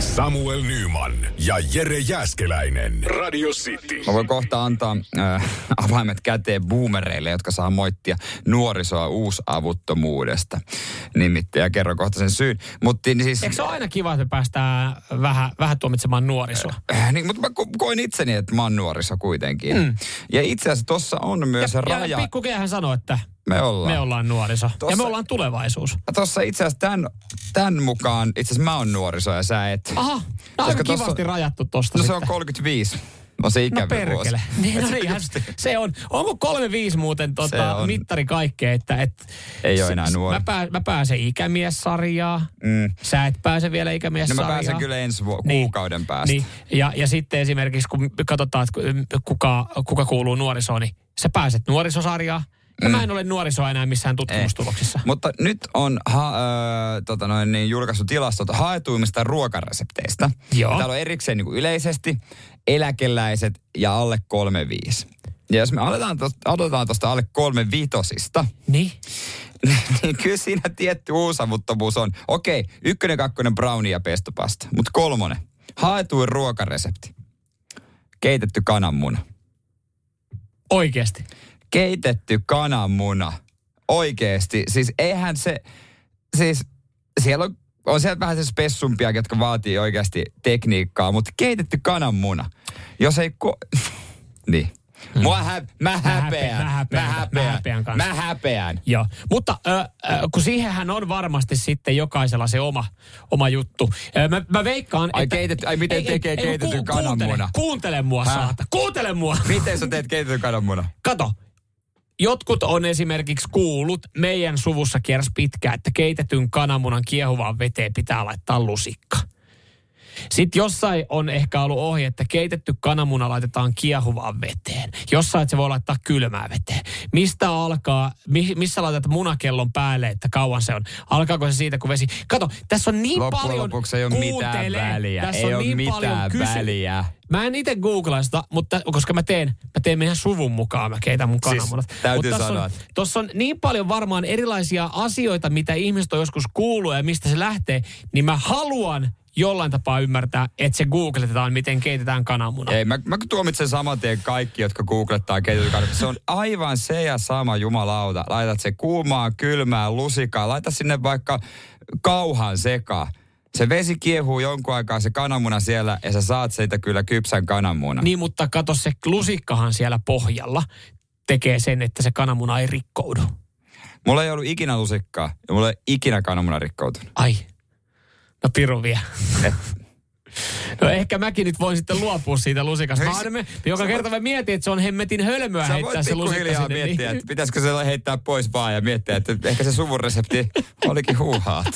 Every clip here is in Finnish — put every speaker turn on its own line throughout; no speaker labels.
Samuel Nyman ja Jere Jäskeläinen. Radio City.
Mä voin kohta antaa äh, avaimet käteen boomereille, jotka saa moittia nuorisoa uusavuttomuudesta. Nimittäin, ja kerron kohta sen syyn. Mut, niin siis,
Eikö se ole aina kiva, että me päästään vähän, vähän tuomitsemaan nuorisoa?
äh, niin, mutta mä ko- koin itseni, että mä oon nuoriso kuitenkin. Mm. Ja itse asiassa tossa on myös ja, raja.
Ja
Ja pikku...
pikkukehän sanoo, että
Me ollaan.
me ollaan nuoriso.
Tossa-
Ja me ollaan tulevaisuus.
Tuossa itse asiassa tämän, tämän mukaan, itse asiassa mä oon nuoriso ja sä et.
Aha, no aika
tossa-
kivasti rajattu tosta
No se
sitten.
on 35. On se
No
ikävä vuosi.
perkele. Niin, no niinhän se on. Onko 35 muuten
Se
tota,
on.
mittari kaikkea, että et,
Ei oo
s-
enää
s-
nuori.
Mä, pää, mä pääsen ikämiessarjaan. Mm. Sä et pääse vielä
No mä
ikämiessarjaan.
pääsen kyllä ensi vu- kuukauden päästä.
Niin. Ja, ja sitten esimerkiksi, kun katsotaan, että ku- kuka, kuka kuuluu nuorisoon, niin sä pääset nuorisosarjaan. Ja mä en ole nuorisoa enää missään tutkimustuloksissa.
Mutta nyt on ha, ö, tota noin, niin julkaissut tilastot haetuimmista ruokaresepteistä.
Joo.
Ja Täällä on erikseen niin kuin yleisesti eläkeläiset ja alle 35. Ja jos me aletaan tosta, aloitetaan tuosta alle 35
Niin?
niin kyllä siinä tietty uusavuttomuus on. Okei, ykkönen, kakkonen brownie ja pestopasta. Mutta kolmonen, haetuin ruokaresepti. Keitetty kananmuna.
Oikeasti.
keitetty kananmuna. Oikeesti. Siis eihän se, siis siellä on, on siellä vähän se spessumpia, jotka vaatii oikeasti tekniikkaa, mutta keitetty kananmuna. Jos ei ko... niin. Mua hä- mä häpeän.
Hmm. mä häpeän,
Mä
mä
häpeän.
häpeän kanssa.
Mä häpeän.
Joo, mutta ö, ö, kun siihenhän on varmasti sitten jokaisella se oma, oma juttu. Ö, mä, mä veikkaan,
Ai
että...
keitetty- ai miten tekee
kun
keitetyn
no Kuuntele,
kananmunan?
kuuntele mua,
Häh?
saata. Kuuntele mua.
Miten sä teet keitetty kananmuna?
Kato, jotkut on esimerkiksi kuullut, meidän suvussa kiersi pitkään, että keitetyn kananmunan kiehuvaan veteen pitää laittaa lusikka. Sitten jossain on ehkä ollut ohje, että keitetty kananmuna laitetaan kiehuvaan veteen. Jossain se voi laittaa kylmään veteen. Mistä alkaa, mi, missä laitat munakellon päälle, että kauan se on? Alkaako se siitä, kun vesi... Kato, tässä on niin
Loppujen
paljon...
lopuksi ei ole mitään
Kuuntele.
väliä.
Tässä
Ei
on
ole
niin paljon
mitään
kysy-
väliä.
Mä en itse googlaa sitä, mutta koska mä teen, mä teen meidän suvun mukaan, mä keitän mun
Siis
kananmunat.
täytyy
Mut tässä
sanoa,
on,
että-
Tuossa on niin paljon varmaan erilaisia asioita, mitä ihmiset on joskus kuullut ja mistä se lähtee, niin mä haluan jollain tapaa ymmärtää, että se googletetaan, miten keitetään kananmuna.
Ei, mä, mä tuomitsen saman tien kaikki, jotka googlettaa keitetty kananmuna. Se on aivan se ja sama jumalauta. Laitat se kuumaa, kylmää, lusikaa. Laita sinne vaikka kauhan sekaan. Se vesi kiehuu jonkun aikaa se kananmuna siellä ja sä saat siitä kyllä kypsän kananmunan.
Niin, mutta kato se lusikkahan siellä pohjalla tekee sen, että se kananmuna ei rikkoudu.
Mulla ei ollut ikinä lusikkaa ja mulla ei ikinä kananmuna rikkoutunut.
Ai, no piru vielä. No ehkä mäkin nyt voin sitten luopua siitä lusikasta. Mä
Ei se-
aina me, joka
sä
kerta mä mietin, että se on hemmetin hölmöä
Sä voit
heittää se lusikka
pikkuhiljaa
sinne. niin.
miettiä, että pitäisikö se heittää pois vaan ja miettiä, että ehkä se suvun resepti olikin huuhaat.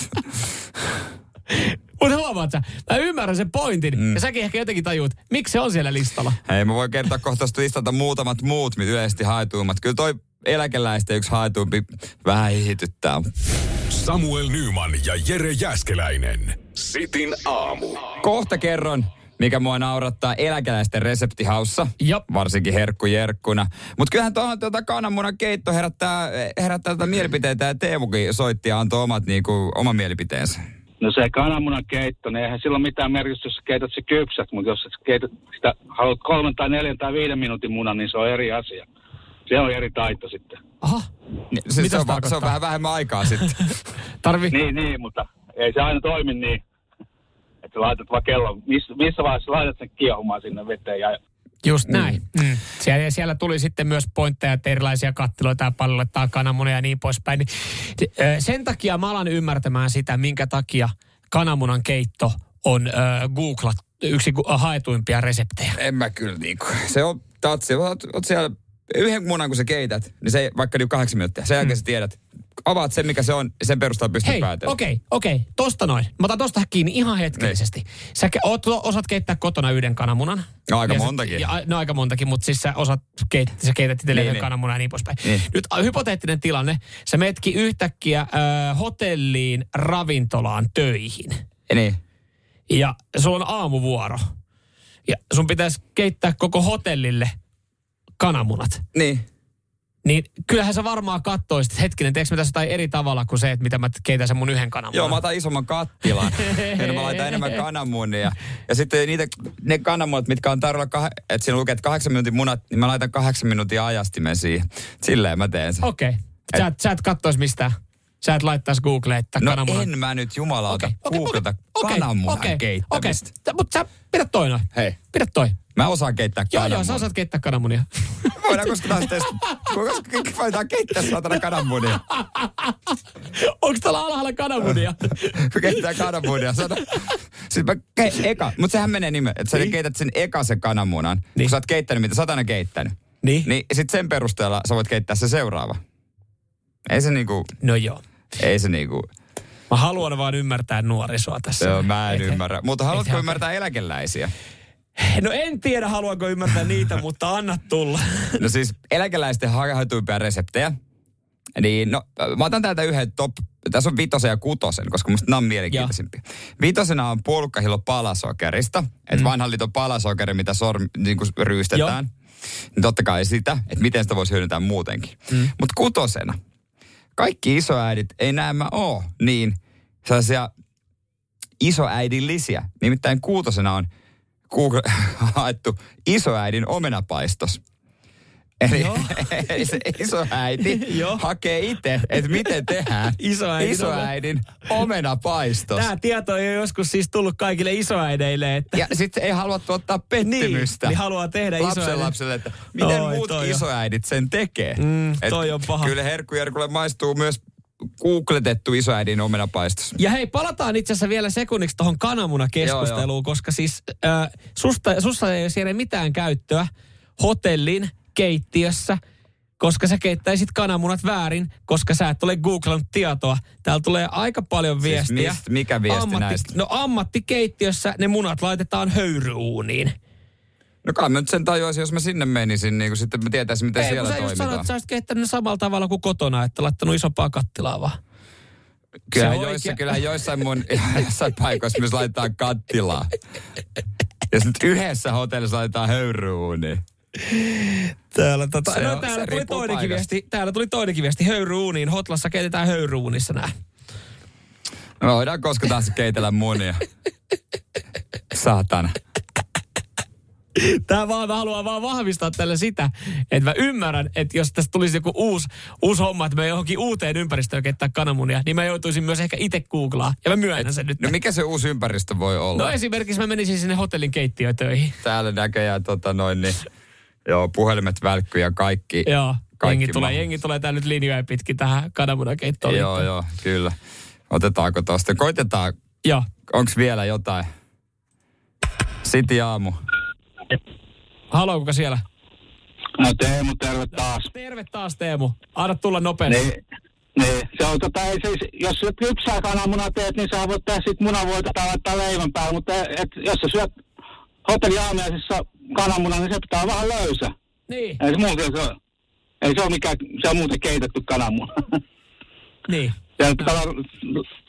Mutta huomaat sä, mä ymmärrän sen pointin. Mm. Ja säkin ehkä jotenkin tajuut, miksi se on siellä listalla.
Hei, mä voin kertoa kohta tuosta listalta muutamat muut, mitä yleisesti haetuimmat. Kyllä toi eläkeläisten yksi haetuimpi vähän hihityttää.
Samuel Nyman ja Jere Jäskeläinen. Sitin aamu.
Kohta kerron, mikä mua naurattaa eläkeläisten reseptihaussa.
Jop.
Varsinkin herkkujerkkuna. Mutta kyllähän tuohon tuota kananmunan keitto herättää, herättää tätä mielipiteitä. Ja Teemukin soitti ja antoi omat, niinku, oman mielipiteensä.
No se kananmunan keitto, niin eihän sillä ole mitään merkitystä, jos sä keität se kypsät, mutta jos sä keität sitä, haluat kolmen tai neljän tai viiden minuutin munan, niin se on eri asia. Se on eri taito sitten.
Aha,
Se, se, on,
Mitä se
va- se on
tarkoittaa?
vähän vähemmän aikaa sitten.
tarvi.
Niin, niin, mutta ei se aina toimi niin, että sä laitat vaan kellon. Miss, missä vaiheessa laitat sen kiehumaan sinne veteen ja
Just näin. Mm. Siellä, siellä tuli sitten myös pointteja, että erilaisia kattiloita ja pallolettaa kananmunia ja niin poispäin. Niin, ö, Sen takia mä alan ymmärtämään sitä, minkä takia kananmunan keitto on ö, googlat, yksi gu- haetuimpia reseptejä.
en mä kyllä niinku. Se on tatsi. Oot, oot siellä yhden munan, kun sä keität, niin se ei- vaikka niinku kahdeksan minuuttia. Sen jälkeen sä tiedät, avaat sen, mikä se on, sen perusteella pystyt
Hei, okei,
päätellä.
okei, tosta noin. Mä otan tosta kiinni ihan hetkellisesti. Sä ke- oot, osaat keittää kotona yhden kananmunan.
No, aika
Ja sä-
montakin.
Ja, a- no aika montakin, mutta siis sä osaat keit, sä keität itselle
Niin,
yhden
niin.
kananmunan ja niin poispäin.
Niin.
Nyt a, hypoteettinen tilanne. Sä metki yhtäkkiä ö, hotelliin, ravintolaan, töihin.
Niin.
Ja sulla on aamuvuoro. Ja sun pitäisi keittää koko hotellille kananmunat.
Niin.
Niin kyllähän sä varmaan kattoisit, että hetkinen, teekö mä tässä jotain eri tavalla kuin se, että mitä mä keitän sen mun yhden kananmunan.
Joo, mä otan isomman kattilan. ja mä laitan enemmän kananmunia. Ja sitten niitä, ne kananmunat, mitkä on tarjolla, kah- että siinä lukee, että kahdeksan minuutin munat, niin mä laitan kahdeksan minuutin ajastimen siihen. Silleen mä teen sen.
Okei. Sä, et, sä et kattois mistään. Sä et laittaisi Googleen, että
No
kananmunat.
en mä nyt jumalauta okay, okay, googlata okay,
okei,
kananmunan okay,
okei,
keittämistä. Okay.
Okei, mutta sä pidä toi noin.
Hei.
Pidä toi.
Mä osaan keittää
Joo,
kananmunia.
joo, sä osaat keittää kananmunia.
Voidaan koska taas testata. Koska voidaan keittää saatana kananmunia.
Onko täällä alhaalla kananmunia?
Keittää kananmunia. Saata... Siis mä ke- eka, mutta sehän menee nimen, että sä niin. keität sen eka sen kananmunan, niin. kun sä oot keittänyt, mitä sä oot aina keittänyt.
niin?
Niin sit sen perusteella sä voit keittää se seuraava. Ei se niinku,
No joo.
ei se niinku,
Mä haluan vaan ymmärtää nuorisoa tässä.
joo, mä en
Et-
ymmärrä. Mutta haluatko
eikä-
ymmärtää eläkeläisiä?
No en tiedä, haluanko ymmärtää niitä, mutta anna tulla.
No siis eläkeläisten harhaituimpia reseptejä. Niin, no, mä otan täältä yhden top, tässä on vitosen ja kutosen, koska musta nämä on mielenkiintoisimpia. Vitosena on puolukkahilo palasokerista, että mm. vanhan liiton palasokeri, mitä sorm, niin kuin ryystetään. Niin totta kai sitä, että miten sitä voisi hyödyntää muutenkin. Mm. Mutta kutosena, kaikki isoäidit ei näemmä ole niin sellaisia isoäidillisiä. Nimittäin kuutosena on Google, haettu isoäidin omenapaistos. Eli,
Joo.
eli se isoäiti
Joo.
hakee itse, että miten tehdään
Isoäidin
isoäidin omenapaistos.
Tämä tieto ei ole joskus siis tullut kaikille isoäideille, että...
Ja sitten ei halua tuottaa pettymystä.
niin haluaa tehdä
lapsen
isoäidin.
lapselle, että miten
Oi,
muut
toi on.
isoäidit sen tekee.
Mm,
Et
toi on paha.
Kyllä herkkujerkulle maistuu myös googletettu isoäidin omenapaistos.
Ja hei, palataan itse asiassa vielä sekunniksi tuohon kananmunakeskusteluun,
Joo,
koska siis äh, susta, sussa ei ole siellä mitään käyttöä hotellin keittiössä, koska sä keittäisit kananmunat väärin, koska sä et ole googlannut tietoa. Täällä tulee aika paljon viestiä.
Siis mist- mikä viesti näistä?
No ammattikeittiössä ne munat laitetaan höyryuuniin.
No kai mä nyt sen tajuaisin, jos mä sinne menisin, niin kun sitten mä tietäisin, miten
kun
siellä
sä just
toimitaan.
sanoit, että sä olisit keittänyt ne samalla tavalla kuin kotona, että laittanut isompaa kattilaa vaan.
Kyllä
Se on
joissa,
oikea-
kyllä joissain mun jossain paikoissa myös laittaa kattilaa. Ja sitten yhdessä hotellissa laitetaan höyryuuni.
Täällä, tota,
se
no,
on-
täällä,
se
tuli
riippuu
toinenkin
paikasta.
viesti, täällä tuli toinenkin viesti. Höyryuniin. Hotlassa keitetään höyryunissa nämä.
No me voidaan koska taas keitellä munia. Saatana.
Tämä vaan, mä haluan vaan vahvistaa tällä sitä, että mä ymmärrän, että jos tästä tulisi joku uusi, uusi homma, että me johonkin uuteen ympäristöön keittää kananmunia, niin mä joutuisin myös ehkä itse googlaa. Ja mä myönnän sen nyt.
No mikä se uusi ympäristö voi olla?
No esimerkiksi mä menisin sinne hotellin keittiötöihin.
Täällä näköjään tota noin niin, joo, puhelimet välkkyy ja kaikki.
Joo.
Kaikki
jengi tulee,
mahdollista.
jengi tulee tää nyt linjoja pitkin tähän kananmunakeittoon.
Joo, joo, kyllä. Otetaanko tosta? Koitetaan,
Joo.
onks vielä jotain? Siti aamu.
Haloo, kuka siellä?
No Teemu, terve taas.
Terve taas Teemu. Anna tulla nopeasti.
Niin, niin. Se on tota, ei siis, jos sä kypsää kananmunaa teet, niin sä voit tehdä sit munavoita tai laittaa leivän päälle, mutta et, jos sä syöt hotelliaamiaisessa kananmunan, niin se pitää olla vähän löysä.
Niin.
Ei se muuten se ole. Ei se ole mikään, se on muuten keitetty kananmuna.
niin.
Se pitää olla,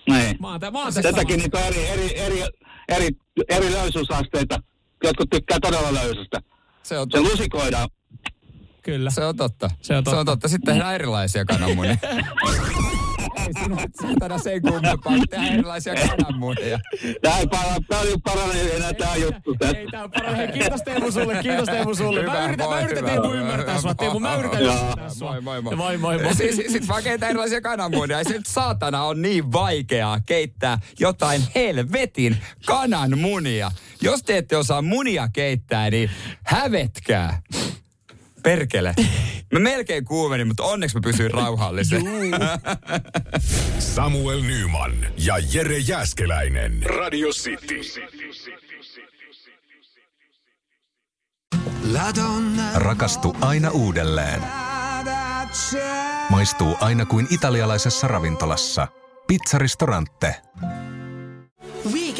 niin.
Mä oon, tä- mä oon tässä
Tätäkin niin eri, eri, eri, eri, eri löysyysasteita. Jotkut tykkää todella löysästä.
Se on
Se
totta.
lusikoidaan.
Kyllä.
Se on totta.
Se on totta.
Se on totta. Sitten tehdään erilaisia kananmunia. Ei sinä nyt saatana sen kummempaa, kun tehdään erilaisia kananmunia.
Tämä ei para- tää ei parane enää tämä juttu. Tää.
Ei tää on parempi. Hei, Kiitos Teemu sulle, kiitos Teemu sulle. Mä
Hyvä,
yritän, mä
moi,
yritän
hyvä.
Teemu ymmärtää sua, Teemu. Mä yritän
Joo.
ymmärtää sua.
Moi, moi, moi.
Moi, moi, moi.
Siis, sit vaan keittää erilaisia kananmunia. Ja se nyt saatana on niin vaikeaa keittää jotain helvetin kananmunia. Jos te ette osaa munia keittää, niin hävetkää. Perkele. Mä melkein kuumenin, mutta onneksi mä pysyin rauhallisena.
Samuel Nyman ja Jere Jäskeläinen. Radio City. Rakastu aina uudelleen.
Maistuu aina kuin italialaisessa ravintolassa. Pizzaristorante.